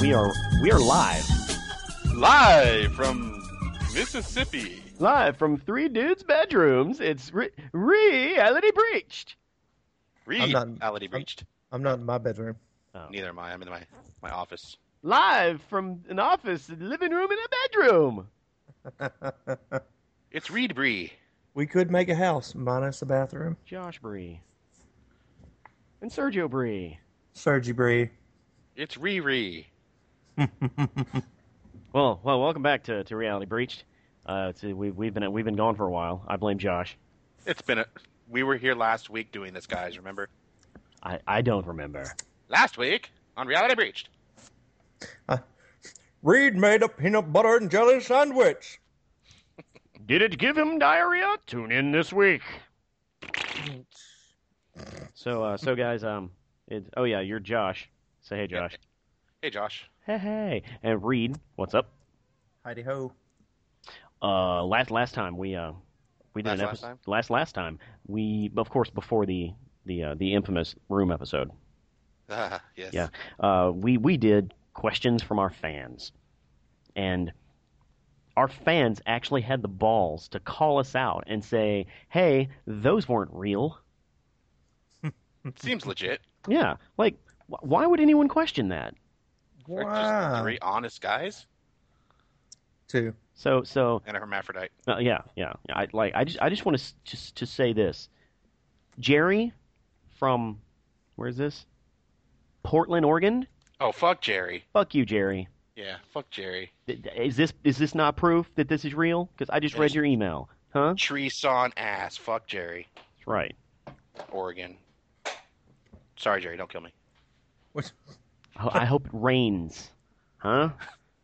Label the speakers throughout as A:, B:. A: We are live.
B: Live from Mississippi.
A: Live from three dudes' bedrooms. It's re- reality breached.
B: Read
C: not-
B: reality breached.
C: I'm not in my bedroom.
B: Neither am I. I'm in my, my office.
A: Live from an office, a living room, and a bedroom.
B: It's Reed Bree.
C: We could make a house minus the bathroom.
A: Josh Bree and Sergio Bree.
C: Sergi Bree.
B: It's Riri.
A: Well, well, welcome back to, to reality breached. Uh, it's- we, we've been we've been gone for a while. I blame Josh.
B: It's been a. We were here last week doing this, guys. Remember?
A: I, I don't remember.
B: Last week on Reality Breached.
C: Reed made a peanut butter and jelly sandwich.
A: Did it give him diarrhea? Tune in this week. So, uh, so guys, um, it, oh yeah, you're Josh. Say hey, Josh.
B: Hey, Josh.
A: Hey, hey, and Reed, what's up?
C: Heidi ho.
A: Uh, last last time we uh we did an
B: Last- last
A: episode
B: time?
A: last last time we of course before the the uh, the infamous room episode.
B: Ah, yes.
A: Yeah. Uh, we we did questions from our fans, and our fans actually had the balls to call us out and say, "Hey, those weren't real."
B: Seems legit.
A: Yeah, like wh- why would anyone question that?
B: We're just
C: Wow.
B: three honest guys
C: Two.
A: So so
B: and a hermaphrodite.
A: uh, yeah yeah I like I just I just want to just to say this, Jerry, from where is this? Portland, Oregon.
B: Oh, fuck Jerry.
A: Fuck you, Jerry.
B: Yeah, fuck Jerry.
A: Th- th- Is this is this not proof that this is real? Because I just read your email, huh?
B: Tree saw an ass. Fuck Jerry.
A: That's right.
B: Oregon. Sorry, Jerry. Don't kill me.
C: What?
A: Ho- I hope it rains. Huh?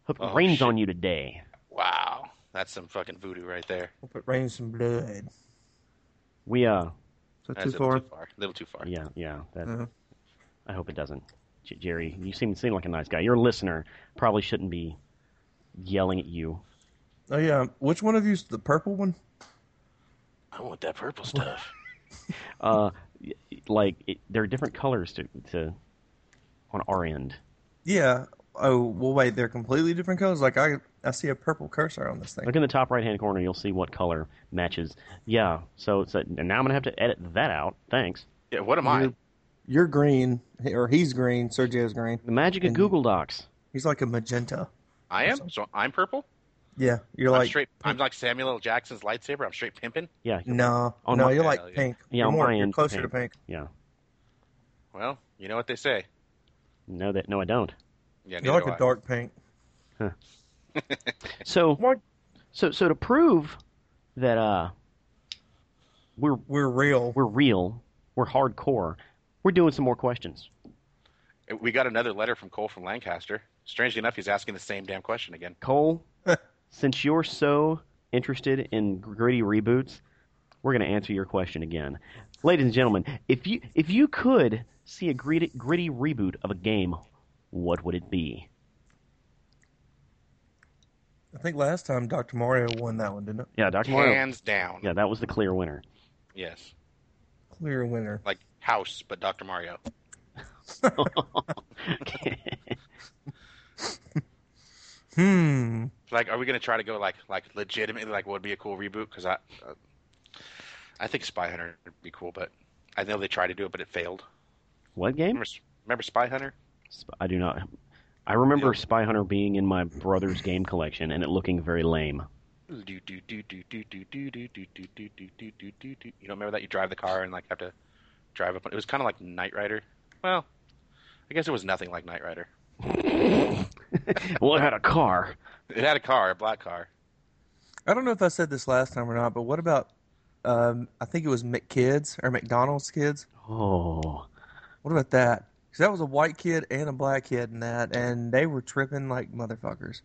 A: Hope it
B: Oh,
A: rains
B: shit.
A: on you today.
B: Wow. That's some fucking voodoo right there.
C: Hope it rains some blood.
A: We uh
C: So
B: That's
C: too
B: a little
C: far.
B: too far. A little too far.
A: yeah, yeah. That,
C: Mhm.
A: I hope it doesn't. J- Jerry, you seem seem like a nice guy. You're a listener. Probably shouldn't be yelling at you.
C: Oh yeah. Which one of you's the purple one?
B: I want that purple stuff.
A: Uh y- like it, there are different colors to to on our end.
C: Yeah. Oh well, wait. They're completely different colors. Like I, I see a purple cursor on this thing.
A: Look in the top right hand corner, you'll see what color matches. Yeah, so so and now I'm going to have to edit that out. Thanks.
B: yeah, what am I?
C: You're, you're green, or he's green. Sergio's green.
A: The magic of
C: And-
A: Google Docs.
C: He's like a magenta.
B: I am. So I'm purple.
C: Yeah. You're
B: I'm
C: like
B: straight. I'm like Samuel L. Jackson's lightsaber. I'm straight pimping.
A: Yeah.
C: no,
A: On
C: no.
A: my-
C: you're
B: Yeah,
C: like
B: yeah.
C: pink.
A: Yeah,
C: you're
A: on
C: more,
A: my
C: you're
A: end,
C: closer to
A: pink.
C: pink.
A: Yeah.
B: Well, you know what they say.
A: No that no I don't.
B: Yeah,
C: You're
B: neither
C: like a
B: do I.
C: dark pink.
A: So
C: What?
A: So, so to prove that uh, we're
C: We're real.
A: we're real, we're hardcore, we're doing some more questions.
B: Uh, We got another letter from Cole from Lancaster. Strangely enough, he's asking the same damn question again.
A: Cole, since you're so interested in gritty reboots, we're going to answer your question again, ladies and gentlemen. If you if you could see a gritty, gritty reboot of a game, what would it be?
C: I think last time Dr. Mario won that one, didn't it?
A: Yeah, Doctor Mario.
B: Hands down.
A: Yeah, that was the clear winner.
B: Yes.
C: Clear winner.
B: Like House, but Dr. Mario.
C: Hmm.
B: Like, are we going to try to go like like legitimately like what would be a cool reboot? Because I, uh, I think Spy Hunter would be cool, but I know they tried to do it, but it failed.
A: what game?
B: Remember, remember Spy Hunter?
A: Sp- I do not. I remember
B: Yeah.
A: Spy Hunter being in my brother's game collection and it looking very lame.
B: You don't remember that you drive the car and like have to drive up. It was kind of like Knight Rider. Well, I guess it was nothing like Knight Rider.
A: well, it had a car.
B: It had a car, a black car.
C: I don't know if I said this last time or not, but what about um I think it was McKids or McDonald's kids?
A: Oh,
C: What about that? Because that was a white kid and a black kid in that, and they were tripping like motherfuckers.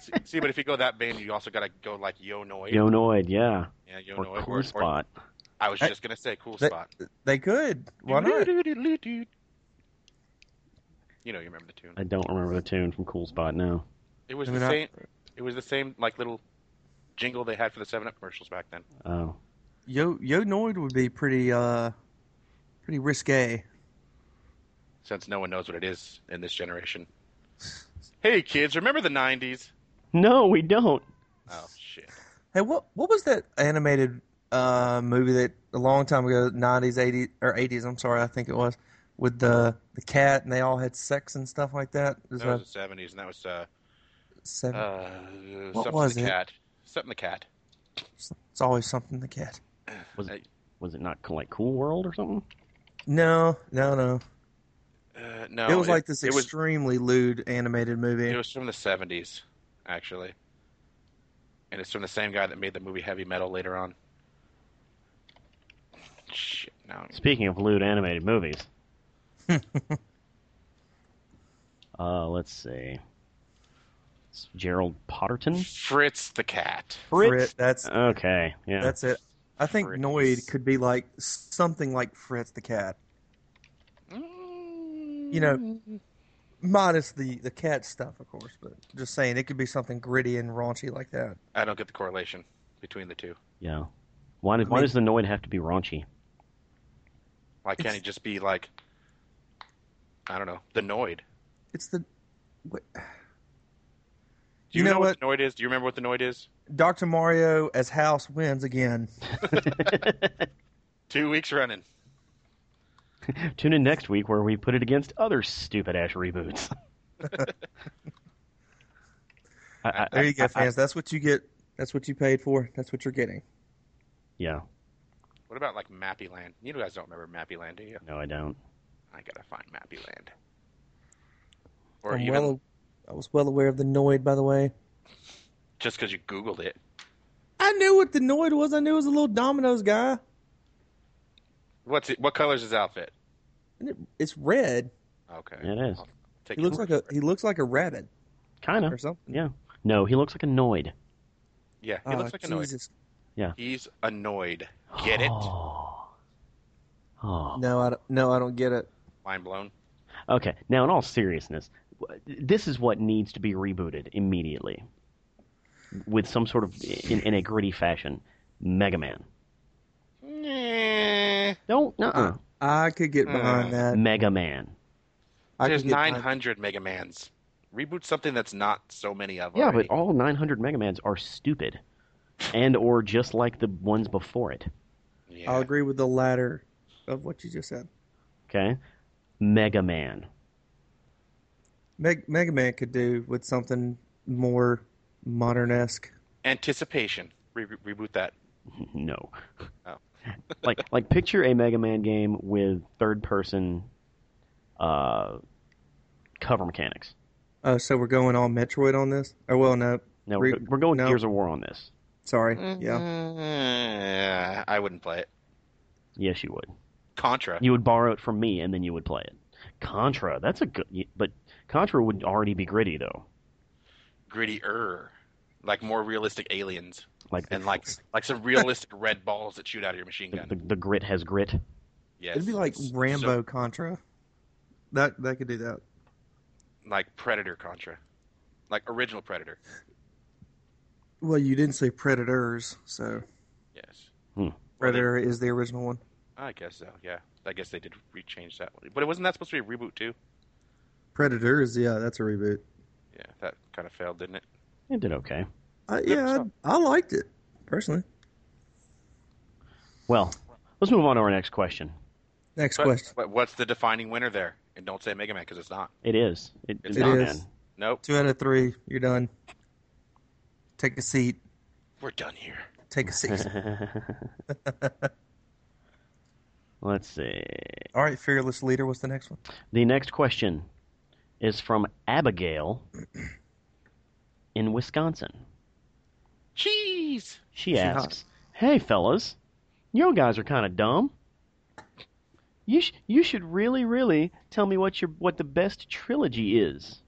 B: See, see, but if you go that vein, you also got to go like Yo Noid.
A: Yonoid, yeah,
B: yeah, Yo
A: or
B: Noid.
A: Cool Spot.
B: I was
C: Hey.
B: just gonna say Cool
C: They-
B: Spot.
C: They could. Why not?
B: You know, you remember the tune.
A: I don't remember the tune from Cool Spot. No,
B: It was
C: I
B: the
C: mean, I-
B: same. It was the same like little jingle they had for the Seven Up commercials back then.
A: oh,
C: Yo Yo Noid would be pretty uh pretty risque.
B: Since no one knows what it is in this generation. Hey kids, remember the '90s?
A: No, we don't.
B: Oh shit.
C: Hey, what what was that animated uh, movie that a long time ago, nineties, eighties, or eighties? I'm sorry, I think it was with the the cat, and they all had sex and stuff like that. It was
B: That was the '70s, and that was uh,
C: a seven-
B: uh something
C: was
B: the
C: it?
B: cat, something the cat.
C: it's always something the cat.
A: Was
B: Hey.
A: it was it not like Cool World or something?
C: No, no, no.
B: Uh, no,
C: it was like this
B: It was
C: extremely lewd animated movie.
B: it was from the '70s, actually, and it's from the same guy that made the movie Heavy Metal later on. Shit, no.
A: Speaking of lewd animated movies, uh, let's see. It's Gerald Potterton.
B: Fritz the cat.
C: Frit, that's
A: Okay, yeah.
C: that's it. I think
B: Uh, Fritz.
C: Noid could be like something like Fritz the cat,
B: You
C: know, minus the the cat stuff, of course. But just saying, it could be something gritty and raunchy like that.
B: I don't get the correlation between the two.
A: yeah. Why, did,
C: I
A: why
C: mean-
A: does the Noid have to be raunchy?
B: Why can't
C: It's-
B: he just be like, I don't know, the Noid?
C: It's the what,
B: Do you, know, what the Noid is? Do you remember what the Noid is?
C: Dr. Mario as House wins again.
B: Two weeks running.
A: Tune in next week where we put it against other stupid ass reboots. I, I-
C: There you
A: I-
C: go,
A: I-
C: fans. That's what you get. That's what you paid for. That's what you're getting.
A: yeah,
B: What about like Mappy Land? You guys don't remember Mappy Land, do you?
A: no, I don't.
B: I gotta find Mappy Land. Or
C: I'm
B: even
C: well, I was well aware of the Noid, by the way.
B: just because you Googled it.
C: I knew what the Noid was. I knew it was a little Domino's guy.
B: What's it? What color's his outfit?
C: And it, it's red.
B: Okay.
A: It is.
B: I'll Take
C: He looks like a he looks like a rabbit
A: Kind
C: or
A: of.
C: something. Ah,
A: Yeah. No, he looks like a Noid.
B: yeah.
C: Uh,
B: He looks like annoyed.
C: Jesus.
B: He's annoyed. Get it?
A: Oh. Oh.
C: No, I don't, no, I don't get it.
B: Mind blown.
A: Okay. Now, in all seriousness, w- this is what needs to be rebooted immediately, with some sort of in, in a gritty fashion. Mega Man.
B: Nah.
A: Don't. Uh.
C: I could get behind
B: Mm.
C: that.
A: Mega Man.
C: I
B: There's
C: could get behind-
B: 900 Mega Mans. Reboot something that's not so many of.
A: Yeah,
B: already.
A: but all 900 Mega Mans are stupid, and or just like the ones before it.
B: Yeah.
C: I'll agree with the latter of what you just said.
A: Okay. Mega Man.
C: Meg, Mega Man could do with something more modern esque.
B: Anticipation. Re- re- reboot that.
A: No.
B: Oh.
A: like like picture a Mega Man game with third person uh cover mechanics.
C: Oh, so we're going all Metroid on this? Oh, well, no.
A: No,
C: Re-
A: we're, we're going
C: no.
A: Gears of War on this.
C: Sorry.
A: Mm-hmm.
C: Yeah.
B: Mm-hmm. Yeah. I wouldn't play it.
A: Yes, you would.
B: Contra.
A: You would borrow it from me and then you would play it. Contra, that's a good but Contra would already be gritty though.
B: Grittier. Like more realistic aliens.
A: Like the,
B: And like like some realistic red balls that shoot out of your machine
A: the, the,
B: gun.
A: the grit has grit.
B: Yes.
C: It'd be like
B: So-
C: Rambo Contra. That that could do that.
B: like Predator Contra. Like original Predator.
C: Well, you didn't say Predators, so
B: Yes.
A: Hmm.
C: Predator is the original one.
B: I guess so, yeah. I guess they did rechange that one. But it wasn't that supposed to be a reboot too?
C: Predators, yeah, that's a reboot.
B: Yeah, that kind of failed, didn't it?
A: It did okay.
C: I,
B: Yep,
C: Uh, yeah,
B: so-
C: I, I liked it personally.
A: Well, let's move on to our next question.
C: Next
B: But-
C: question.
B: But what's the defining winner there? And don't say Mega Man because it's not.
A: It is. It,
B: It's
A: it's not
C: is.
A: man.
B: Nope.
C: Two out of three. You're done. Take a seat.
B: We're done here.
C: Take a seat.
A: Let's see.
C: All right, fearless leader. What's the next one?
A: The next question is from Abigail in Wisconsin.
B: Cheese.
A: She
C: She
A: asks, "Hey fellas, you guys are kind of dumb. You sh- you should really really tell me what your what the best trilogy is."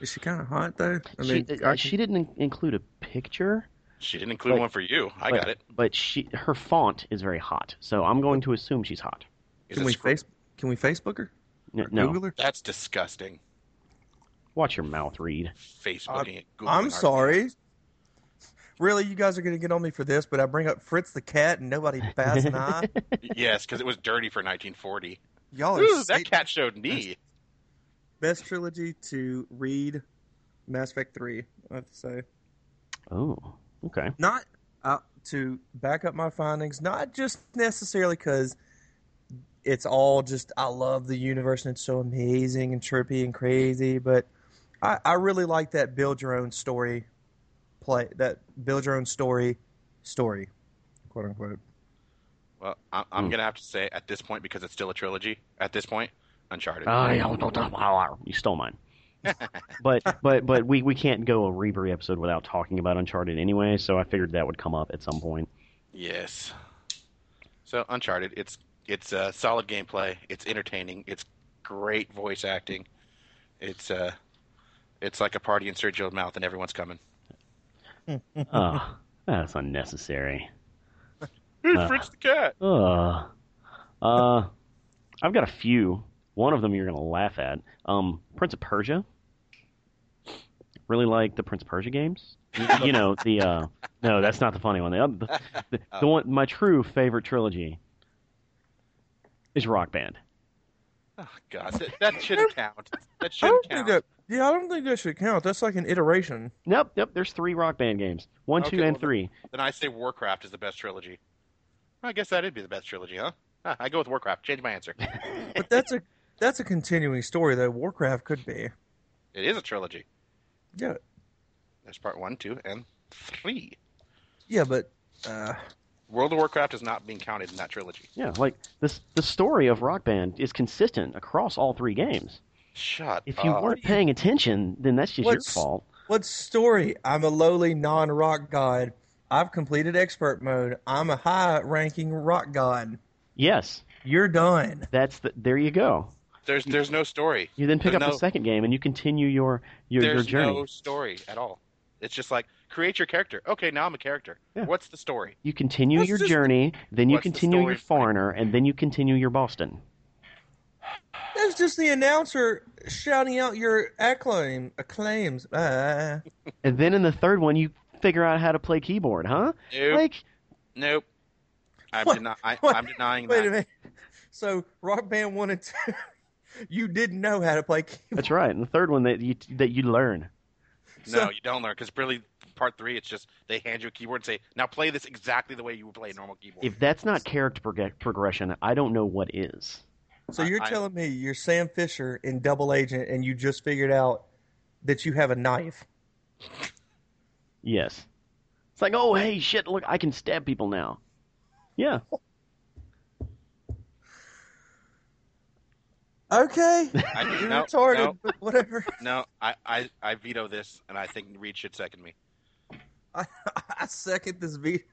C: Is she kind of hot though? I
A: She,
C: mean,
A: uh,
C: I can-
A: she didn't in- include a picture,
B: She didn't include
A: Like-
B: one for you. I
A: but,
B: got it.
A: But she her font is very hot, so I'm going to assume she's hot.
B: Is
C: can
B: it
C: we
B: script?
C: face? Can we Facebook her?
A: N-
C: Or
A: no,
C: Google her?
B: That's disgusting.
A: watch your mouth read.
B: Facebooking and Googling
C: Uh, I'm
B: our-
C: sorry. Really, you guys are going to get on me for this, but I bring up Fritz the cat and nobody bats an eye.
B: yes, because it was dirty for 1940.
C: Y'all are
B: Ooh,
C: sick.
B: that cat showed me.
C: best trilogy to read Mass Effect 3, I have to say.
A: Oh, okay.
C: Not uh, to back up my findings, not just necessarily because it's all just, I love the universe and it's so amazing and trippy and crazy, but I, I really like that build your own story play, that build your own story story, quote unquote.
B: Well, I'm, I'm
A: Hmm.
B: gonna have to say at this point because it's still a trilogy. At this point, Uncharted.
A: Oh, You stole mine. but but but we, we can't go a Rebury episode without talking about Uncharted anyway, so I figured that would come up at some point.
B: yes. So Uncharted, it's it's uh, solid gameplay. It's entertaining. It's great voice acting. It's uh, it's like a party in Sergio's mouth, and everyone's coming.
A: Ugh, that's unnecessary.
B: Hey,
A: Uh.
B: Fritz the cat.
A: Ugh. Uh, I've got a few. One of them you're gonna laugh at. Um, Prince of Persia. Really like the Prince of Persia games. You, you know the. Uh, no, that's not the funny one. The, other- the, the, the one, my true favorite trilogy is Rock Band.
B: Oh God, that, that shouldn't count. That shouldn't count.
C: think that. Yeah, I don't think that should count. That's like an iteration.
A: Nope, nope. There's three Rock Band games. One, two,
B: Okay,
A: and
B: well,
A: three.
B: Then I say Warcraft is the best trilogy. I guess that'd be the best trilogy, huh? Huh, I go with Warcraft. Change my answer.
C: But that's a that's a continuing story that Warcraft could be.
B: it is a trilogy.
C: Yeah,
B: There's part one, two, and three.
C: yeah, but uh,
B: World of Warcraft is not being counted in that trilogy.
A: Yeah, like this. The story of Rock Band is consistent across all three games.
B: Shut
A: If you
B: up.
A: weren't paying attention, then that's just
C: What's-
A: your fault.
C: what story? I'm a lowly non-rock god. I've completed expert mode. I'm a high-ranking rock god.
A: Yes,
C: You're done.
A: that's the. There you go.
B: There's there's no story.
A: You then pick
B: There's
A: up
B: no,
A: the second game and you continue your your, your
B: There's
A: journey.
B: no story at all. It's just like create your character. Okay, now I'm a character.
A: Yeah.
B: What's the story?
A: You continue
C: That's
A: your
C: just-
A: journey, then you
B: What's the
A: continue your
B: story?
A: foreigner, and then you continue your Boston.
C: That's just the announcer shouting out your acclaim, acclaims. Uh,
A: And then in the third one, you figure out how to play keyboard, huh?
B: Nope.
A: Like,
B: nope. I'm,
C: What?
B: deni- I,
C: What?
B: I'm denying
C: wait
B: that.
C: a minute. So Rock Band one and two, you didn't know how to play keyboard.
A: that's right. And the third one that you that you learn.
B: No,
C: So-
B: you don't learn because really, part three, it's just they hand you a keyboard and say, "Now play this exactly the way you would play a normal keyboard."
A: If that's not character prog- progression, I don't know what is.
C: So
B: I-
C: you're
B: I-
C: telling me you're Sam Fisher in Double Agent, and you just figured out that you have a knife?
A: Yes. It's like, oh hey, shit! Look, I can stab people now. Yeah.
C: Okay,
B: I,
C: you're
B: no,
C: retarded,
B: no,
C: but whatever.
B: no, I, I, I veto this, and I think Reed should second me.
C: I, I second this veto.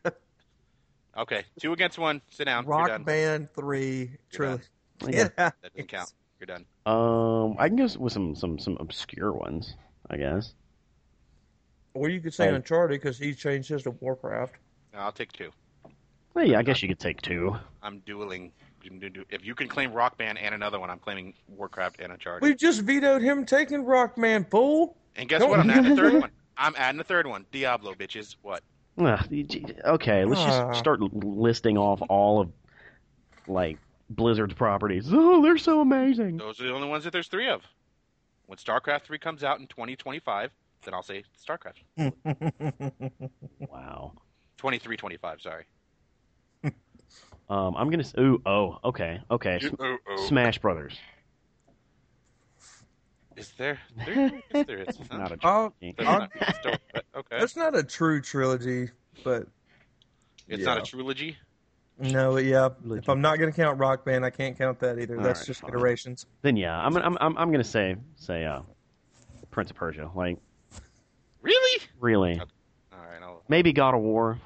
B: Okay, two against one. Sit down. You're done.
C: Rock Band Three trilogy.
A: Yeah.
C: Yeah.
B: That doesn't count. You're done.
A: Um, I can go s- with some some some obscure ones, I guess.
C: Or you could say
A: Right.
C: Uncharted because he changed his to Warcraft.
B: No, I'll take two.
A: Well, yeah, I guess you could take two.
B: I'm dueling. You can do- If you can claim Rock Band and another one, I'm claiming Warcraft and Uncharted.
C: We just vetoed him taking Rock Man, fool.
B: and guess
C: don't-
B: what? I'm adding a third one. I'm adding a third one. Diablo, bitches. What?
A: Ugh, you- gee, okay, let's
C: Ah.
A: just start l- listing off all of like Blizzard's properties. Oh, they're so amazing.
B: Those are the only ones that there's three of. When StarCraft 3 comes out in 2025, then I'll say StarCraft.
A: Wow.
B: 23, 25, sorry.
A: Um, I'm gonna. s- Ooh, oh, okay, okay. Sm-
B: Oh, oh.
A: Smash Brothers.
B: Is there? there yes, there is.
A: It's
B: huh?
A: not a
C: Oh,
A: trilogy.
B: That's not a story, but okay.
C: that's not a true trilogy, but
B: It's not a
C: yeah.
B: trilogy.
C: no, yeah.
A: Trilogy.
C: If I'm not going to count Rock Band, I can't count that either.
A: All
C: that's
A: right,
C: just
A: fine.
C: iterations.
A: Then yeah, I'm I'm I'm, I'm gonna say say uh, Prince of Persia. Like
B: Really?
A: really,
B: All right, I'll.
A: maybe God of War.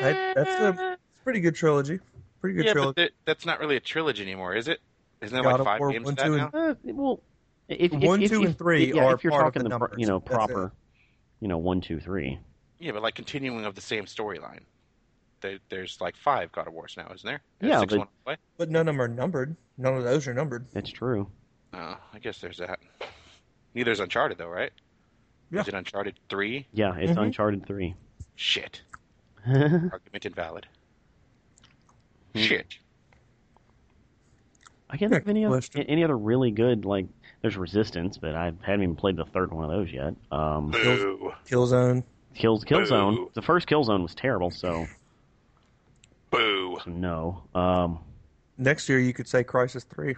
C: That- that's a it's a pretty good trilogy. Pretty good
B: yeah,
C: trilogy.
B: but that- that's not really a trilogy anymore, is it? Isn't there
C: God
B: like
C: of
B: five
C: War,
B: games
C: one,
B: to that
C: two,
B: now?
C: and-
A: Uh, well, if, if-
C: One,
A: if-
C: two,
A: if-
C: and three
A: yeah,
C: are
A: if you're
C: part of
A: talking
C: the
A: pro- you
C: numbers.
A: know
C: That's it.
A: proper, you know one, two, three.
B: Yeah, but like continuing of the same storyline. There, there's like five God of Wars now, isn't there? There's
A: Yeah,
B: six
A: but-
B: one play.
C: But none of them are numbered. None of those are numbered.
A: That's true.
B: Oh, I guess there's that. Neither's Uncharted though, right?
C: Yeah.
B: Is it Uncharted three?
A: Yeah, it's
C: Mhm.
A: Uncharted three.
B: Shit. Argument invalid.
A: Hmm.
B: Shit.
A: I can't think of any other,
C: Question.
A: any other really good like. There's Resistance, but I haven't even played the third one of those yet. Um,
B: Boo.
C: Killzone.
A: Kills Killzone.
B: Boo.
A: The first Killzone was terrible, so
B: Boo.
A: so no. Um,
C: Next year you could say Crisis Three.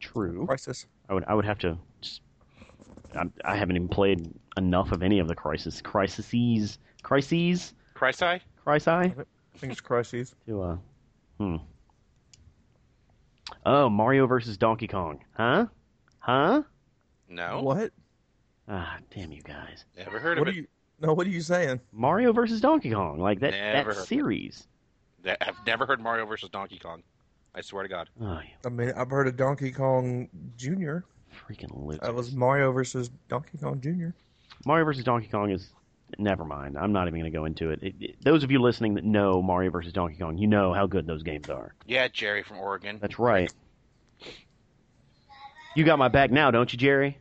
A: true.
C: Crisis.
A: I would I would have to. Just, I, I haven't even played enough of any of the Crisis Crises Crises
B: Chrysai?
A: Crisi
C: I think it's Crises.
A: to uh. Hmm. Oh, Mario versus Donkey Kong, huh? Huh?
B: No.
C: What?
A: Ah, damn you guys.
B: Never heard
C: What
B: of
C: are
B: it.
C: you? No, what are you saying?
A: Mario versus Donkey Kong, like that
B: Never heard
A: that
B: of it.
A: series.
B: That- I've never heard Mario versus Donkey Kong. I swear to God.
A: Oh, you
C: I mean, I've heard of Donkey Kong Junior.
A: freaking loser.
C: That was Mario versus Donkey Kong Junior.
A: Mario versus Donkey Kong is never mind. I'm not even going to go into it. It, it. Those of you listening that know Mario versus Donkey Kong, you know how good those games are.
B: Yeah, Jerry from Oregon.
A: That's right. You got my back now, don't you, Jerry?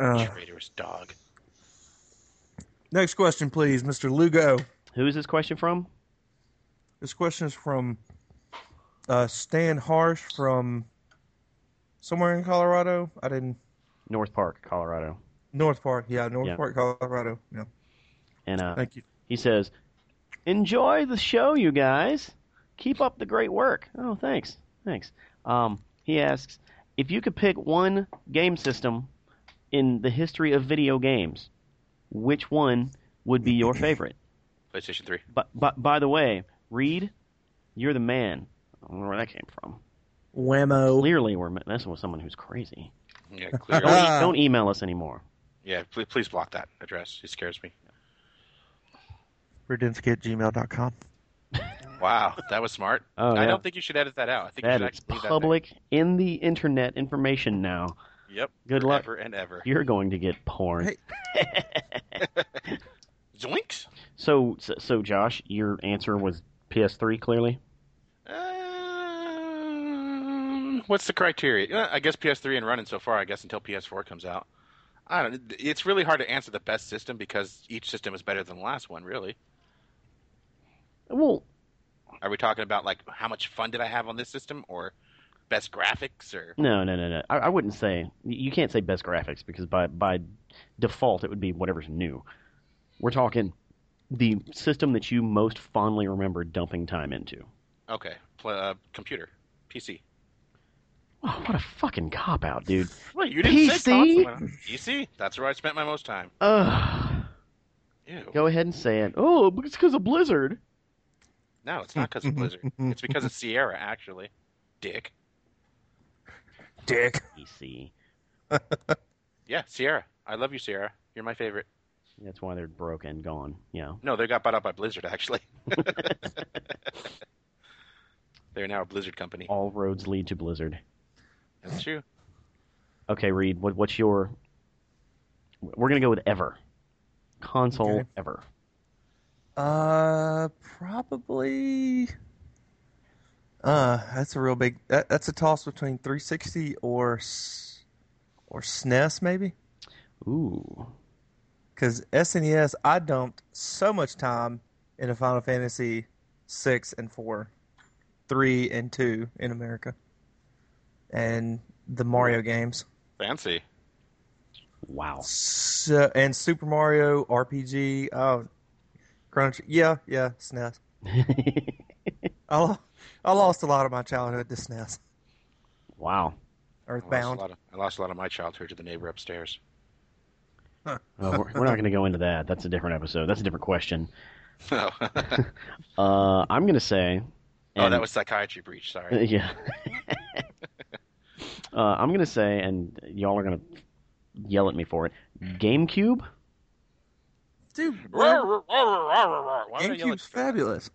C: Uh,
B: Traitorous dog.
C: next question, please, Mr. Lugo.
A: Who is this question from?
C: This question is from uh, Stan Harsh from somewhere in Colorado. I didn't.
A: North Park, Colorado.
C: North Park. Yeah, North
A: Yeah.
C: Park, Colorado. Yeah.
A: And uh,
C: Thank you.
A: he says, "Enjoy the show, you guys. Keep up the great work." Oh, thanks, thanks. Um, he asks if you could pick one game system in the history of video games, which one would be your favorite?
B: PlayStation 3.
A: But, but by the way, Reed, you're the man. I don't know where that came from.
C: Whammo.
A: Clearly, we're messing with someone who's crazy.
B: Yeah,
A: Don't,
B: clearly.
A: e- don't email us anymore.
B: yeah, please, please block that address. It scares me.
C: Rudinsky at gmail.com.
B: Wow, that was smart.
A: Oh,
B: I
A: yeah.
B: don't think you should edit that out. I
A: That
B: think you should
A: is
B: actually leave that
A: public in the internet information now.
B: there. Yep.
A: Good luck.
B: Forever and ever.
A: You're going to get porn.
C: Hey.
B: Zoinks?
A: So, so, so, Josh, your answer was PS3, clearly.
B: Um, what's the criteria? Uh, I guess PS3 and running so far. I guess until PS4 comes out. I don't. It's really hard to answer the best system because each system is better than the last one. Really,
A: Well,
B: are we talking about like how much fun did I have on this system, or best graphics, or
A: no, no, no, no. I, I wouldn't say you can't say best graphics because by by default it would be whatever's new. We're talking the system that you most fondly remember dumping time into.
B: okay, pl- uh, computer, PC?
A: Oh, what a fucking cop out, dude.
B: Well, you didn't say
A: PC?
B: console. PC. That's where I spent my most time.
A: Ugh.
B: Ew.
A: Go ahead and say it. Oh, but it's because of Blizzard.
B: No, it's not
C: Mm-hmm.
B: because of Blizzard. It's because of Sierra, actually. Dick.
C: Dick.
A: PC.
B: Yeah, Sierra. I love you, Sierra. You're my favorite.
A: That's why they're broke and gone. Yeah.
B: No, they got bought out by Blizzard actually. They're now a Blizzard company.
A: All roads lead to Blizzard.
B: That's true.
A: Okay, Reed. What, what's your? We're gonna go with ever. Console
C: Okay.
A: ever.
C: Uh, probably. Uh, that's a real big. That, that's a toss between 360 or S- or SNES maybe.
A: Ooh.
C: Because SNES, E I dumped so much time into Final Fantasy six and four, three and two in America, and the Mario games.
B: Fancy.
A: Wow.
C: So, and Super Mario RPG. Oh, Crunch. Yeah, yeah, SNES. I, lo- I lost a lot of my childhood to SNES.
A: wow.
B: I lost, a
C: Earthbound.
B: lot of, I lost a lot of my childhood to the neighbor upstairs.
A: Oh, we're, we're not gonna go into that. That's a different episode. That's a different question.
B: oh,
A: Uh, I'm gonna say. and-
B: that was psychiatry breach. Sorry.
A: Yeah. uh, I'm gonna say, and y'all are gonna yell at me for it. GameCube.
C: Dude, bro,
B: Why would I yell at
C: GameCube's fabulous.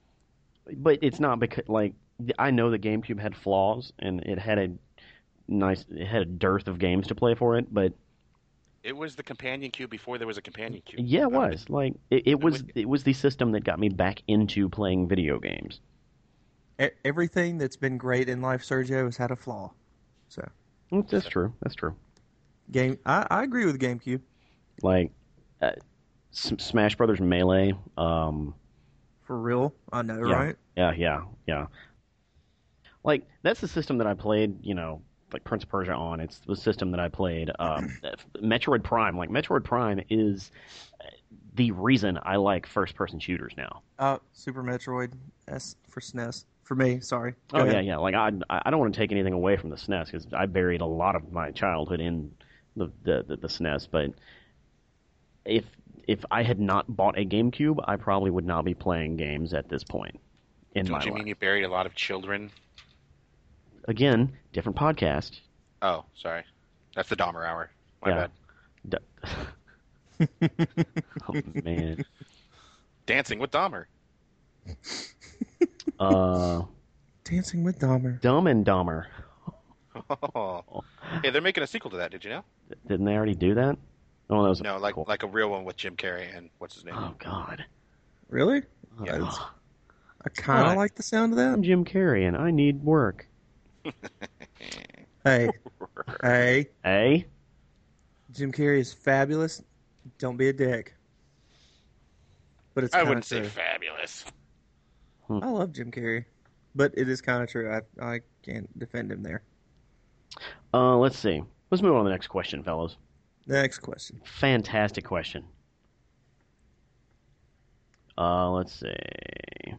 A: but it's not because like I know the GameCube had flaws and it had a nice it had a dearth of games to play for it, but
B: It was the companion cube before there was a companion cube. Um,
A: yeah, it was like it, it was
B: with
A: it was the system that got me back into playing video games.
C: E- everything that's been great in life, Sergio, has had a flaw. So,
A: Mm, That's true. That's true.
C: game. I, I agree with GameCube.
A: Like uh, S- Smash Brothers Melee. Um,
C: For real, I know,
A: yeah,
C: right?
A: Yeah, yeah, yeah. Like that's the system that I played. You know, like Prince of Persia on. It's the system that I played. Um, Metroid Prime. Like Metroid Prime is the reason I like first-person shooters now.
C: Uh, Super Metroid S for SNES for me. Sorry. Go
A: Oh
C: ahead.
A: yeah, yeah. Like I, I don't want to take anything away from the SNES because I buried a lot of my childhood in the, the the the SNES. But if if I had not bought a GameCube, I probably would not be playing games at this point in
B: Don't
A: my
B: you
A: life.
B: mean you buried a lot of children?
A: Again, different podcast.
B: Oh, sorry. That's the Dahmer hour. My
A: Yeah.
B: bad.
A: D- oh man.
B: Dancing with Dahmer.
A: Uh,
C: Dancing with Dahmer.
A: Dumb and Dumber.
B: Hey, they're making a sequel to that. Did you know?
A: Didn't they already do that? Oh, that was
B: No, like
A: cool.
B: like a real one with Jim Carrey and what's his name?
A: oh god.
C: Really?
B: Yeah.
A: Ugh.
C: I kind
A: Right.
C: of like the sound of that.
A: I'm Jim Carrey and I need work.
C: Hey, hey,
A: Eh?
C: Jim Carrey is fabulous. Don't be a dick. But it's
B: I
C: kinda
B: wouldn't say
C: true.
B: fabulous.
C: I love Jim Carrey, but it is kind of true. I I can't defend him there.
A: Uh, let's see. Let's move on to the next question, fellas.
C: Next question.
A: Fantastic question. Uh, let's see.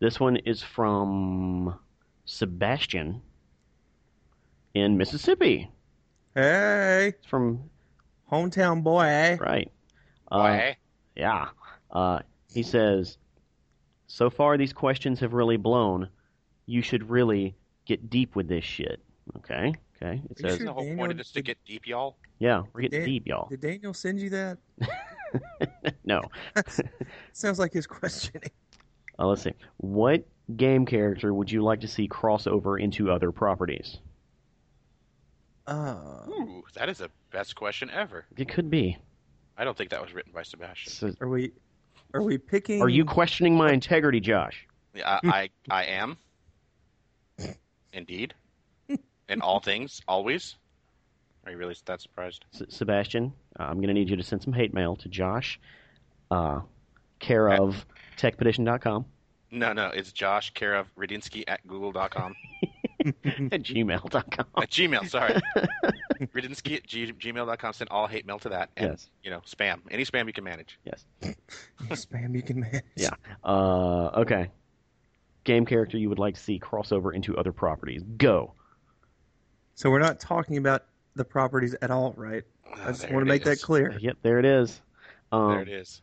A: This one is from Sebastian in Mississippi.
C: Hey,
A: It's from
C: hometown boy. eh?
A: right. Uh,
B: Why?
A: Yeah. Uh, he says, so far these questions have really blown. You should really get deep with this shit. Okay. Okay. It
C: Are you
A: says,
B: Isn't the whole
C: Daniel
B: point of this to
C: did-
B: get deep, y'all?
A: yeah, we're getting
C: Did-
A: deep, y'all.
C: Did Daniel send you that?
A: No.
C: Sounds like his questioning.
A: Uh, let's see. What game character would you like to see crossover into other properties?
C: Uh,
B: Ooh, that is the best question ever.
A: It could be.
B: I don't think that was written by Sebastian.
A: So-
C: are we are we picking?
A: are you questioning my integrity, Josh?
B: Yeah, I, I I am. Indeed. In all things, always. Are you really that surprised?
A: S- Sebastian, uh, I'm going to need you to send some hate mail to Josh, uh, care of techpedition.com
B: No, no, it's Josh care of Radinsky at google.com.
A: at gmail.com.
B: at Gmail, sorry. Radinsky at g- gmail.com. Send all hate mail to that. And,
A: Yes.
B: you know, spam. Any spam you can manage.
A: Yes.
C: spam? You can manage.
A: Yeah. Uh, okay. Game character you would like to see crossover into other properties. Go.
C: So we're not talking about the properties at all, right? I just
B: Ah, Oh, there
C: want
B: it
C: to make
B: is.
C: that clear.
A: Yep, there it is. Um,
B: There it is.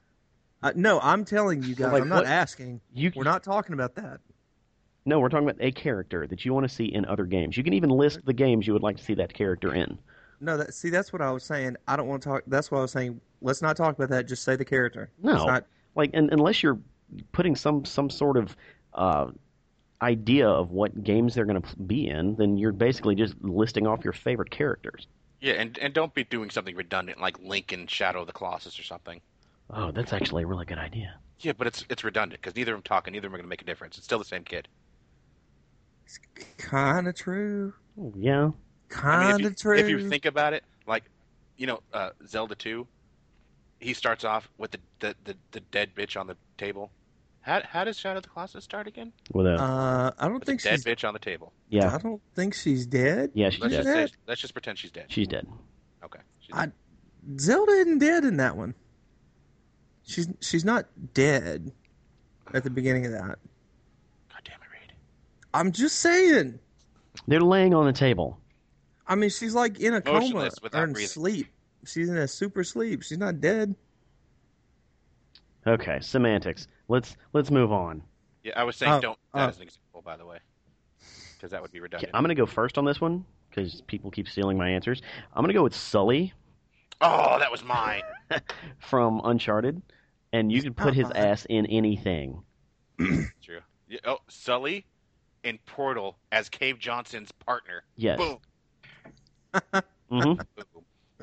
C: Uh, no, I'm telling you guys.
A: Like
C: I'm not
A: what-
C: asking.
A: You,
C: We're not talking about that.
A: No, we're talking about a character that you want to see in other games. You can even list the games you would like to see that character in.
C: No, that see, that's what I was saying. I don't want to talk. That's what I was saying. Let's not talk about that. Just say the character.
A: No.
C: It's not-
A: Like, un unless you're putting some some sort of uh, idea of what games they're going to be in, then you're basically just listing off your favorite characters.
B: Yeah, and, and don't be doing something redundant like Link and Shadow of the Colossus or something.
A: Oh, that's actually a really good idea.
B: Yeah, but it's it's redundant because neither of them talking, neither of them are going to make a difference. It's still the same kid.
C: it's kind of true.
A: Yeah.
C: Kind
B: if
C: of
B: you,
C: true.
B: If you think about it, like, you know, uh, Zelda 2, he starts off with the, the, the, the dead bitch on the table. How, how does Shadow of the Colossus start again?
A: With a
C: uh, I don't
B: With the
C: think
B: dead
C: she's.
B: bitch on the table.
A: yeah,
C: I don't think she's dead.
A: yeah, she's
B: uh-huh.
A: dead.
B: Let's just say,
C: Dead.
B: let's just pretend she's dead.
A: She's dead.
B: Okay. She's
C: I- Zelda isn't dead in that one. She's she's not dead at the beginning of that.
B: God damn it, Reed.
C: I'm just saying.
A: They're laying on the table.
C: I mean, she's like in a coma
B: Motionless without
C: or in
B: breathing.
C: sleep. She's in a super sleep. She's not dead.
A: Okay, semantics. Let's let's move on.
B: Yeah, I was saying
C: Oh,
B: don't that
C: oh.
B: as an example, by the way, because that would be
A: Okay,
B: redundant.
A: I'm going to go first on this one because people keep stealing my answers. I'm going to go with Sully
B: Oh, that was mine.
A: from Uncharted, and you could put his
C: Uh-uh.
A: ass in anything.
B: True. Yeah, oh, Sully in Portal as Cave Johnson's partner.
A: Yes.
B: Boom.
A: hmm
B: Boom.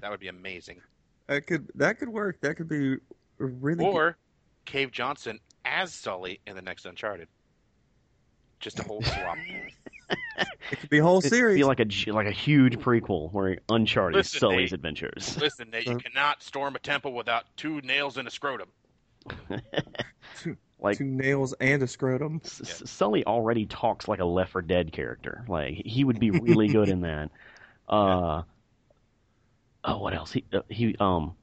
B: That would be amazing.
C: That could that could work. That could be really good.
B: Or Cave Johnson as Sully in the next Uncharted. Just a whole swap.
C: It could be a whole
A: It'd
C: series.
A: be like a g- like a huge prequel where Uncharted is
B: Listen,
A: Sully's
B: Nate.
A: adventures.
B: Listen, Nate, you cannot storm a temple without two nails in a scrotum.
A: Like
C: two nails and a scrotum.
A: S- S- Sully already talks like a Left 4 Dead character. Like he would be really good in that. Uh, oh, what else? He uh, he um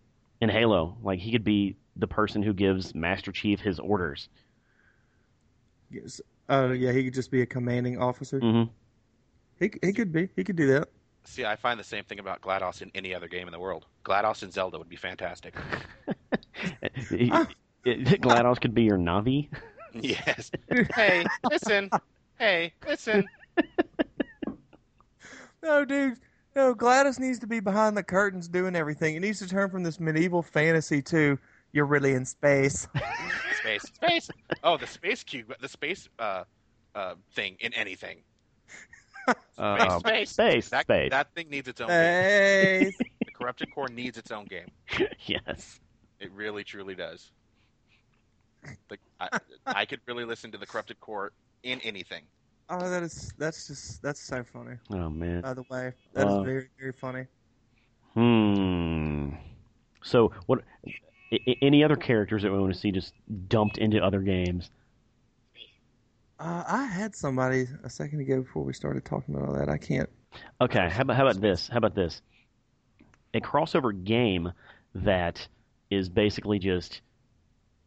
A: in Halo, like he could be the person who gives Master Chief his orders.
C: Yes. Oh yeah, he could just be a commanding officer.
A: hmm
C: He he could be. He could do that.
B: See, I find the same thing about GLaDOS in any other game in the world. GLaDOS in Zelda would be fantastic.
A: Eh, GLaDOS could be your Navi.
B: yes. hey, listen. Hey, listen.
C: No, dude. No, Gladys needs to be behind the curtains doing everything. It needs to turn from this medieval fantasy to you're really in space.
B: Space. Space. Oh, the space cube, the space uh, uh, thing in anything. Space,
A: Uh,
B: space,
A: space,
B: That,
A: space.
B: that thing needs its own game.
C: Space.
B: The Corrupted Core needs its own game.
A: yes.
B: It really, truly does. Like, I, I could really listen to the Corrupted Core in anything.
C: oh, that is that's just that's so funny.
A: Oh man.
C: By the way, that is
A: Uh,
C: very very funny.
A: Hmm. So what? I- I- any other characters that we want to see just dumped into other games?
C: Uh, I had somebody a second ago before we started talking about all that. I can't.
A: Okay, how about how about this? How about this? A crossover game that is basically just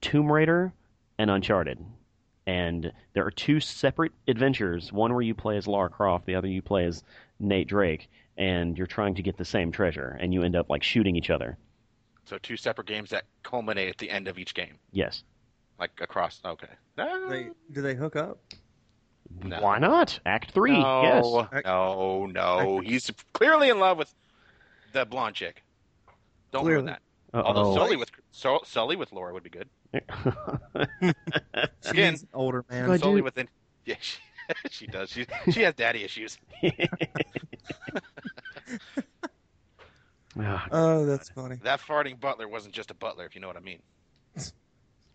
A: Tomb Raider and Uncharted. And there are two separate adventures, one where you play as Lara Croft, the other you play as Nate Drake, and you're trying to get the same treasure and you end up like shooting each other.
B: So two separate games that culminate at the end of each game,
A: Yes.
B: like across. Okay. No.
C: They, do they hook up?
B: No.
A: Why not? Act 3.
B: No,
A: Yes.
B: no, no. He's clearly in love with the blonde chick. Don't ruin
C: Clearly.
B: that. Although
A: Uh-oh.
B: Sully with Sul- Sully with Laura would be good.
C: She's
B: Again.
C: older man.
A: Good. I
B: Sully
A: do-
B: with an yeah, she, she does. She she has daddy issues.
A: Ah,
C: Oh, that's funny.
B: That farting butler wasn't just a butler, if you know what I mean.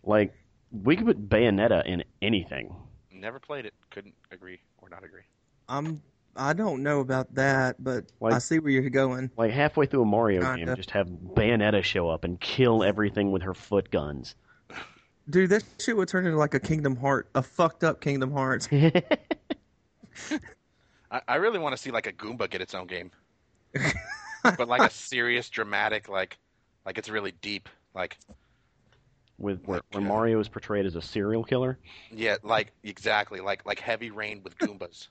A: like we could put Bayonetta in anything.
B: Never played it. Couldn't agree or not agree.
C: I'm. I don't know about that, but
A: Like-
C: I see where you're going.
A: Like halfway through a Mario
B: Uh,
A: game,
C: Kinda.
A: just have Bayonetta show up and kill everything with her foot guns.
C: Dude, that shit would turn into like a Kingdom Heart, a fucked up Kingdom Hearts.
B: I, I really want to see like a Goomba get its own game, but like a serious, dramatic, like like it's really deep. Like
A: with where, where
B: Okay.
A: Mario is portrayed as a serial killer.
B: yeah, like exactly, like like heavy rain with Goombas.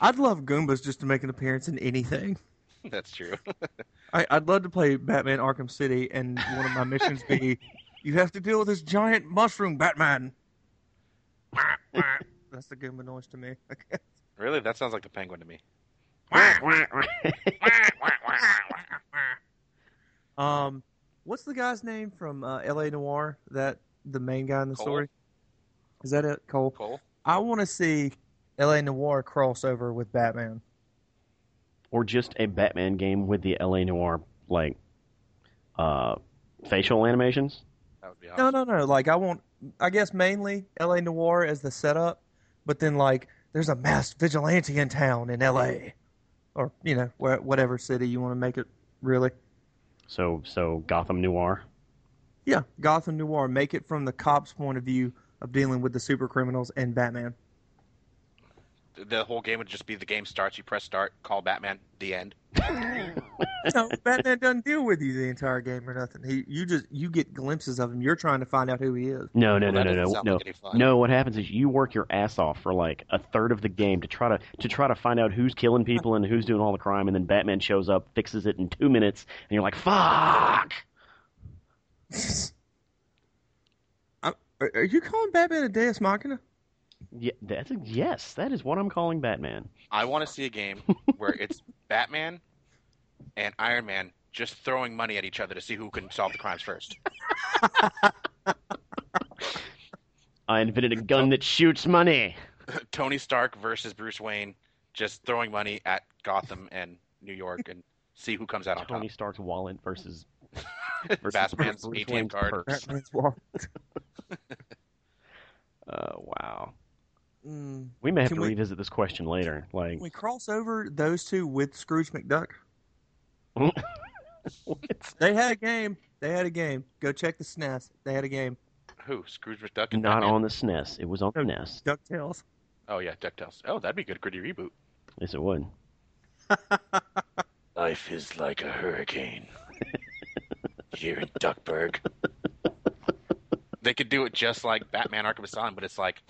C: I'd love Goombas just to make an appearance in anything.
B: That's true.
C: I, I'd love to play Batman Arkham City, and one of my missions be, you have to deal with this giant mushroom, Batman. That's the Goomba noise to me.
B: Really, that sounds like the penguin to me.
C: um, what's the guy's name from uh, L.A. Noir? That the main guy in the
B: Cole.
C: story? Is that it, Cole?
B: Cole,
C: I want to see L.A. Noir crossover with Batman.
A: or just a Batman game with the LA Noir like uh, facial animations.
B: that would be
C: No,
B: awesome.
C: no, no. Like I want, I guess mainly L.A. Noir as the setup, but then like there's a mass vigilante in town in L.A. or you know where, whatever city you want to make it. Really,
A: So so Gotham Noir.
C: yeah. Gotham Noir. Make it from the cop's point of view of dealing with the super criminals and Batman.
B: The whole game would just be the game starts. You press start, call Batman. The end.
C: No, Batman doesn't deal with you the entire game or nothing. He, you just you get glimpses of him. You're trying to find out who he is.
A: No, no,
B: Well,
A: no,
B: that
A: no,
B: doesn't
A: no,
B: sound
A: no.
B: like any fun.
A: No, what happens is you work your ass off for like a third of the game to try to to try to find out who's killing people and who's doing all the crime, and then Batman shows up, fixes it in two minutes, and you're like, "Fuck!"
C: I'm- Are are you calling Batman a Deus Machina?
A: Yeah, that's a, yes. That is what I'm calling Batman.
B: I want to see a game where it's Batman and Iron Man just throwing money at each other to see who can solve the crimes first.
A: I invented a gun that shoots money.
B: Tony Stark versus Bruce Wayne just throwing money at Gotham and New York and see who comes out on
A: Tony Stark's wallet versus
B: top.
A: versus
B: Batman's
A: Bruce
B: ATM
A: Wayne's purse.
B: card.
C: Batman's walk.
A: Uh, wow.
C: Mm.
A: We may have
C: Can
A: to
C: we-
A: revisit this question later. Like,
C: Can we cross over those two with Scrooge McDuck?
A: what?
C: E They had a game. They had a game. Go check the SNES. They had a game.
B: Who? Scrooge McDuck and
A: Not
B: Batman?
A: on the SNES. It was on the E
C: No.
A: NES.
C: Ducktales.
B: Oh yeah, DuckTales. Oh, that'd be a good gritty reboot.
A: Yes, it would.
B: Life is like a hurricane. Here in Duckburg. they could do it just like Batman Arkham Asylum, but it's like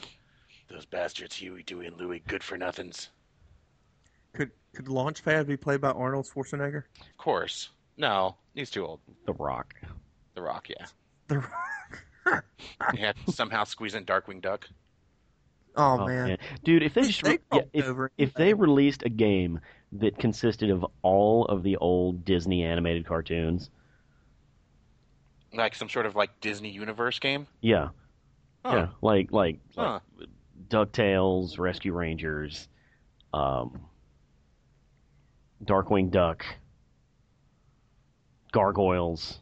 B: those bastards Huey, Dewey, and Louie, good for nothings.
C: Could could Launchpad be played by Arnold Schwarzenegger?
B: Of course. No, he's too old.
A: The Rock.
B: The Rock, yeah.
C: The,
B: You have to somehow squeeze in Darkwing Duck.
C: oh, man,
A: dude! If they just
C: They
A: re- yeah,
C: crossed
A: if,
C: over
A: if they released a game that consisted of all of the old Disney animated cartoons,
B: Like some sort of like Disney Universe game.
A: yeah,
B: Huh.
A: yeah, like like,
B: Huh.
A: like Ducktales, Rescue Rangers, um, Darkwing Duck, Gargoyles,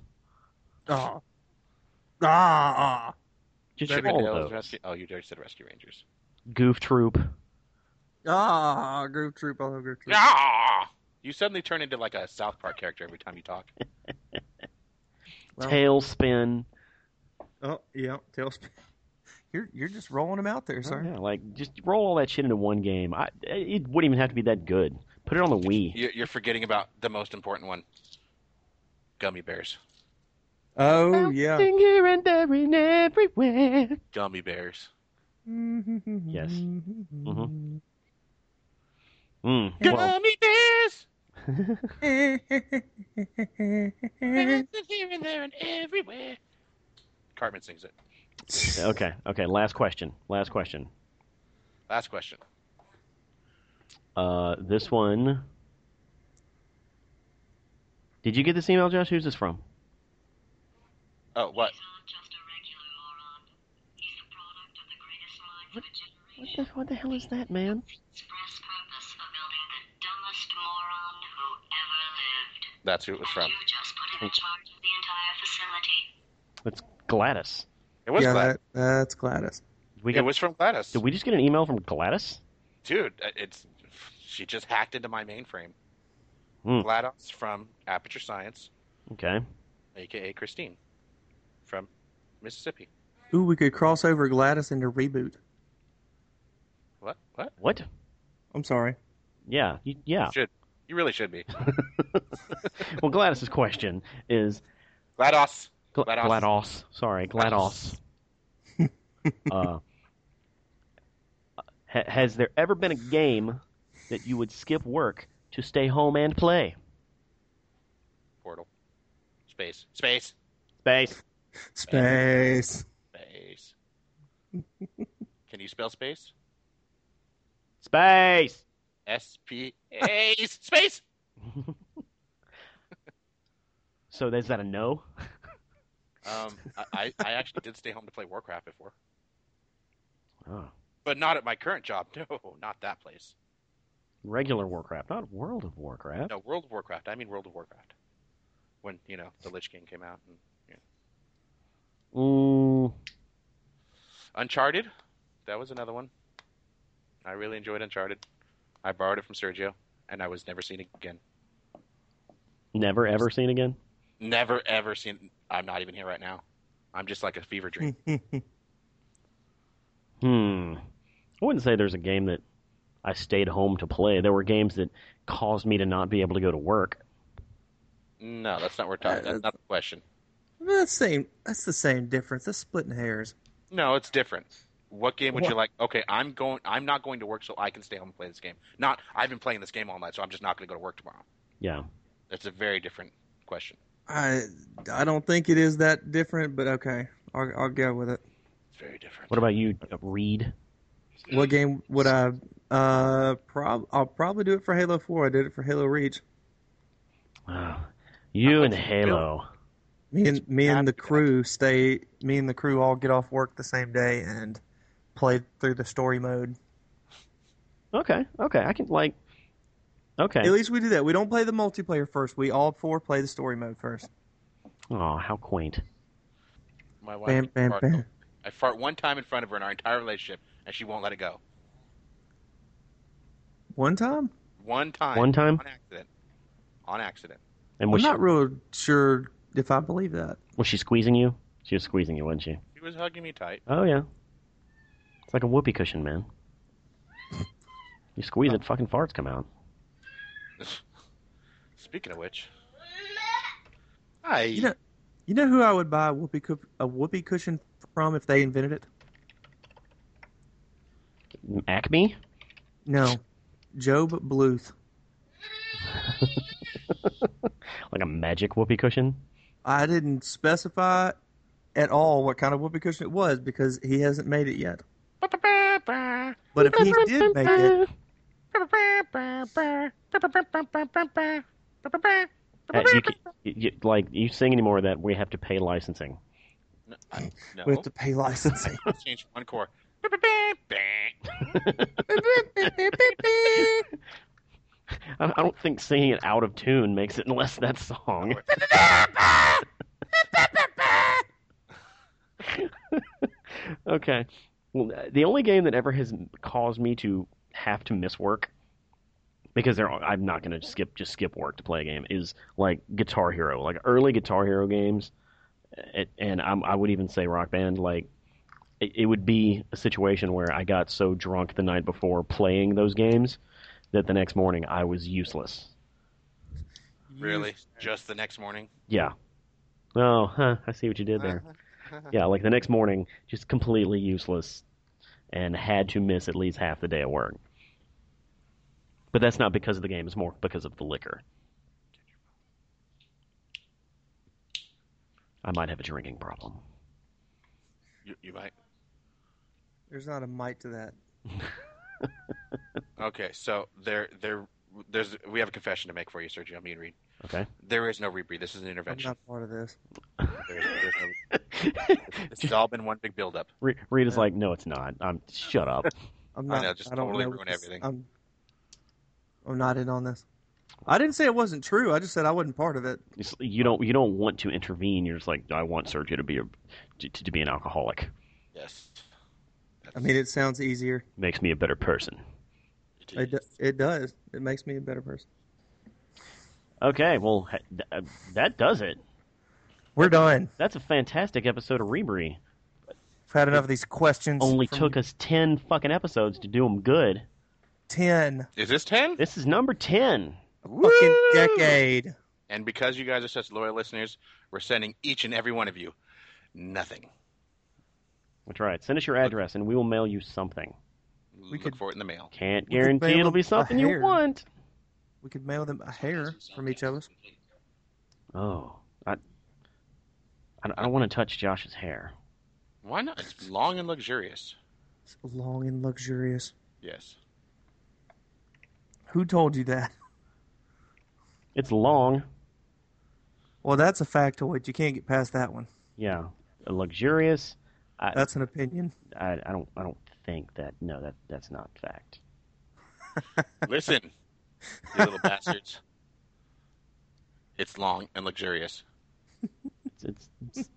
C: Ah. Ah.
A: just
C: That'd be
A: all
B: Dale's
A: of those.
B: Rescue- Oh, you just said Rescue Rangers.
A: Goof Troop.
C: Ah. Groove Troop. I love Groove Troop.
B: Ah! You suddenly turn into like a South Park character every time you talk.
C: Well,
A: Tailspin.
C: oh, yeah. Tailspin. You're, you're just rolling them out there, sir.
A: Yeah, like just roll all that shit into one game. I, it wouldn't even have to be that good. Put it on the Wii.
B: You- You're forgetting about the most important one gummy bears.
C: Oh, yeah.
A: Bouncing here and there and everywhere.
B: Gummy bears.
C: Yes.
A: Mm, well,
B: Gummy bears!
C: Mm-hmm.
B: Bouncing here and there and everywhere. Cartman sings it.
A: okay, okay. Last question. Last question.
B: Last question.
A: Uh, this one. Did you get this email, Josh? Who's this from?
B: Oh, what?
A: What the, what the hell is that, man?
D: express purpose of building the dumbest moron who ever lived.
B: That's who it was from.
D: You just put him in charge of the entire facility.
A: It's Gladys.
B: It was
C: yeah,
B: Gladys.
C: that, that's Gladys.
A: We
B: it
A: got,
B: was from Gladys.
A: did we just get an email from Gladys?
B: Dude, uh, it's she just hacked into my mainframe.
A: Hmm.
B: Gladys from Aperture Science,
A: Okay.
B: aka Christine, from Mississippi.
C: Ooh, we could cross over Gladys into reboot.
B: What? What?
A: What?
C: I'm sorry.
A: Yeah. y- Yeah.
B: Should you really should be
A: Well, Gladys's question is
B: Gladys?
A: Gl-
B: GLaDOS.
A: GLaDOS. Sorry, GLaDOS. uh, ha- has there ever been a game that you would skip work to stay home and play?
B: Portal. Space. Space.
A: Space.
C: Space.
B: Space. Can you spell space?
A: Space!
B: S P A space.
A: So is that a no?
B: Um, I- I, I actually did stay home to play Warcraft before,
A: Oh.
B: but not at my current job. No, not that place.
A: Regular Warcraft, not World of Warcraft.
B: No, World of Warcraft. I mean World of Warcraft. When you know the Lich King came out, and
A: Mm,
B: Uncharted. That was another one. I really enjoyed Uncharted. I borrowed it from Sergio, and I was never seen again.
A: never ever seen again.
B: Never ever seen. I'm not even here right now. I'm just like a fever dream.
A: Hmm. I wouldn't say there's a game that I stayed home to play. There were games that caused me to not be able to go to work.
B: No, that's not what we're talking.
C: Uh,
B: That's not the question.
C: that's same. That's the same difference. That's splitting hairs.
B: No, it's different. What game would
C: What?
B: you like? Okay, I'm going. I'm not going to work, so I can stay home and play this game. Not. I've been playing this game all night, so I'm just not going to go to work tomorrow.
A: Yeah.
B: That's a very different question.
C: I I don't think it is that different, but okay, I'll I'll go with it.
B: It's very different.
A: What about you, uh, Reed?
C: What game would I? Uh, prob I'll probably do it for Halo Four. I did it for Halo Reach.
A: Wow. Ah. You and
B: much
A: Halo.
C: Me and me and the
B: Happy.
C: crew stay. Me and the crew all get off work the same day and play through the story mode.
A: Okay, okay. I can like. Okay.
C: At least we do that. We don't play the multiplayer first. We all four play the story mode first.
A: Oh, how quaint.
B: my wife?
C: Bam, bam,
B: fart-
C: bam.
B: I fart one time in front of her in our entire relationship, and she won't let it go.
C: One time.
B: One time.
A: One time?
B: On accident. On accident.
A: And
C: I'm
A: was she,
C: not real sure if I believe that.
A: was she squeezing you? She was squeezing you, wasn't she?
B: She She was hugging me tight.
A: Oh yeah. It's like a whoopee cushion, man. You squeeze it, fucking farts come out.
B: Speaking of which, I
C: You know, you know who I would buy a whoopee cu- a whoopee cushion from if they invented it?
A: Acme?
C: No, Job Bluth.
A: Like a magic whoopee cushion?
C: I didn't specify at all what kind of whoopee cushion it was because he hasn't made it yet. But if he did make it,
A: Uh, you, c- you- you- like you sing anymore that we have to pay licensing.
B: no, I, no.
C: we have to pay licensing.
B: change one core.
A: I don't, I don't think singing it out of tune makes it unless that song. okay. Well, the only game that ever has caused me to have to miss work because there are, I'm not going to skip just skip work to play a game is like Guitar Hero, like early Guitar Hero games, it, and I'm, I would even say Rock Band. Like it, it would be a situation where I got so drunk the night before playing those games that the next morning I was useless.
B: Really? Just the next morning?
A: Yeah. Oh, huh. I see what you did there. Yeah, like the next morning, just completely useless and had to miss at least half the day at work. But that's not because of the game, it's more because of the liquor. I might have a drinking problem.
B: You, you might.
C: There's not a mite to that.
B: Okay, so there, there, there's. We have a confession to make for you, Sergio. Me and Reed.
A: Okay?
B: There is no rebreathe. This is an
C: I'm
B: intervention.
C: not part of this.
B: There is, there is no, this has all been one big buildup.
A: Re- Rita's like, no, it's not. I'm shut up.
C: I'm
B: I
C: not. I,
B: know, just
C: don't
B: totally
C: know
B: ruin
C: this-
B: everything.
C: I'm, I'm not in on this. I didn't say it wasn't true. I just said I wasn't part of it.
A: It's- you don't. You don't want to intervene. You're just like, I want Sergio to be a, to, to be an alcoholic.
B: Yes.
C: I mean, it sounds easier.
A: Makes me a better person.
B: It
C: It,
B: is.
C: do- it does. It makes me a better person.
A: Okay, well, ha- th- uh, that does it.
C: We're done.
A: That's a fantastic episode of Rebri.
C: We've had enough of these questions.
A: Only
C: from
A: took us 10 fucking episodes to do them good.
C: ten
B: Is this ten?
A: This is number 10.
C: fucking decade.
B: And because you guys are such loyal listeners, we're sending each and every one of you nothing.
A: That's right. Send us your address and we will mail you something.
B: Look
C: could-
B: for it in the mail.
A: Can't
C: We could
A: guarantee
C: mail
A: it'll be
C: them a
A: something you
C: hair.
A: want.
C: We could mail them a hair from each of us.
A: Oh. I, I don't- I don't want to touch Josh's hair.
B: Why not? It's long and luxurious.
C: It's long and luxurious.
B: Yes.
C: Who told you that?
A: It's long.
C: Well, that's a factoid. You can't get past that one.
A: Yeah. Luxurious. I,
C: That's an opinion.
A: I, I don't I don't think that no that that's not fact.
B: Listen, you little bastards. It's long and luxurious.
A: It's, it's, it's-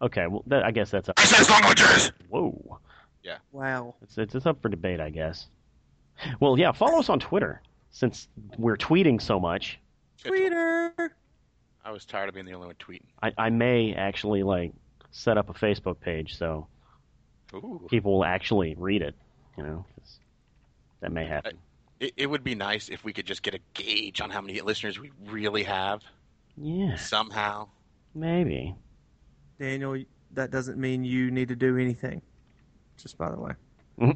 A: Okay, well that, I guess that's up.
B: I said it's long and luxurious.
A: Whoa.
C: Wow.
A: It's, it's it's up for debate, I guess. Well, yeah, follow us on Twitter since we're tweeting so much.
C: Tweeter.
B: I was tired of being the only one tweeting.
A: I, I may actually like set up a Facebook page so
B: Ooh.
A: people will actually read it. You know, 'cause that may happen.
B: It, it would be nice if we could just get a gauge on how many listeners we really have
A: Yeah,
B: somehow.
A: maybe.
C: Daniel, that doesn't mean you need to do anything. Just by the way.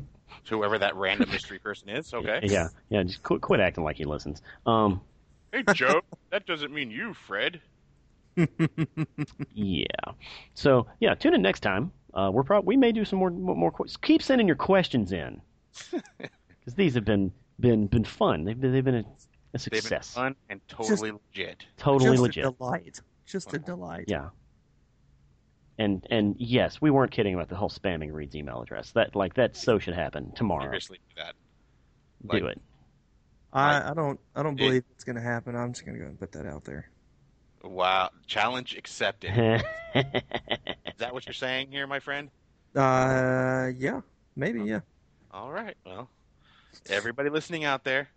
B: Whoever that random mystery person is, okay?
A: Yeah, yeah. Just quit, quit acting like he listens. Um,
B: Hey, Joe, that doesn't mean you, Fred.
A: yeah. So yeah, tune in next time. Uh, we're prob- we may do some more more, more que- keep sending your questions in because these have been been been fun. They've been, they've been a, a
B: They've been
A: success.
B: fun and totally legit.
A: Totally
C: Just
A: legit.
C: a delight. Just a delight.
A: Yeah. And and yes, we weren't kidding about the whole spamming Reed's email address. That like that so should happen tomorrow.
B: Seriously, do that.
A: Do it.
C: I, I don't I don't
B: Yeah.
C: believe it's gonna happen. I'm just gonna go and put that out there.
B: Wow. Challenge accepted. Is that what you're saying here, my friend?
C: Uh yeah. Maybe, yeah.
B: All right. Well, everybody listening out there,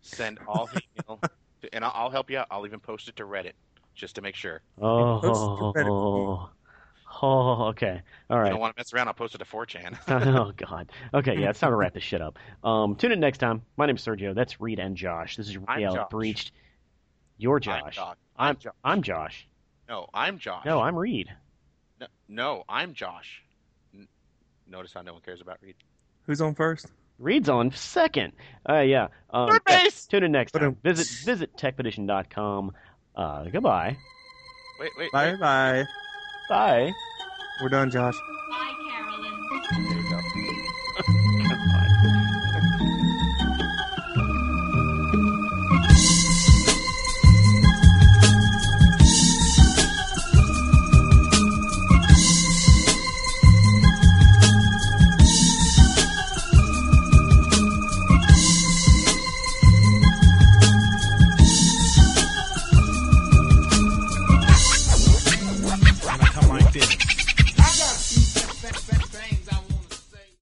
B: send all hate mail, to- and I'll, I'll help you out. I'll even post it to Reddit just to make sure.
A: oh,
C: Post to Reddit.
A: Oh, okay. All
B: I
A: right.
B: don't want to mess around. I'll post it to 4chan.
A: oh God. Okay, yeah, it's time to wrap this shit up. Um, tune in next time. My name's Sergio. That's Reed and Josh. This is
B: I'm
A: Real
B: Josh.
A: Breached. You're Josh.
B: I'm Josh.
A: I'm,
B: I'm Josh.
A: I'm Josh.
B: No, I'm Josh.
A: No, I'm Reed.
B: No, no, I'm Josh. N- Notice how no one cares about Reed.
C: Who's on first?
A: Reed's on second. Uh, yeah. Um,
B: Third
A: yeah,
B: base!
A: Tune in next time.
C: Ba-dum.
A: Visit visit techpedition.com. Uh, goodbye.
B: Wait, wait,
C: Bye
B: wait.
C: bye.
A: Bye.
C: We're done, Josh.
D: Bye, Carolyn.
B: There you go.
E: when I come like this.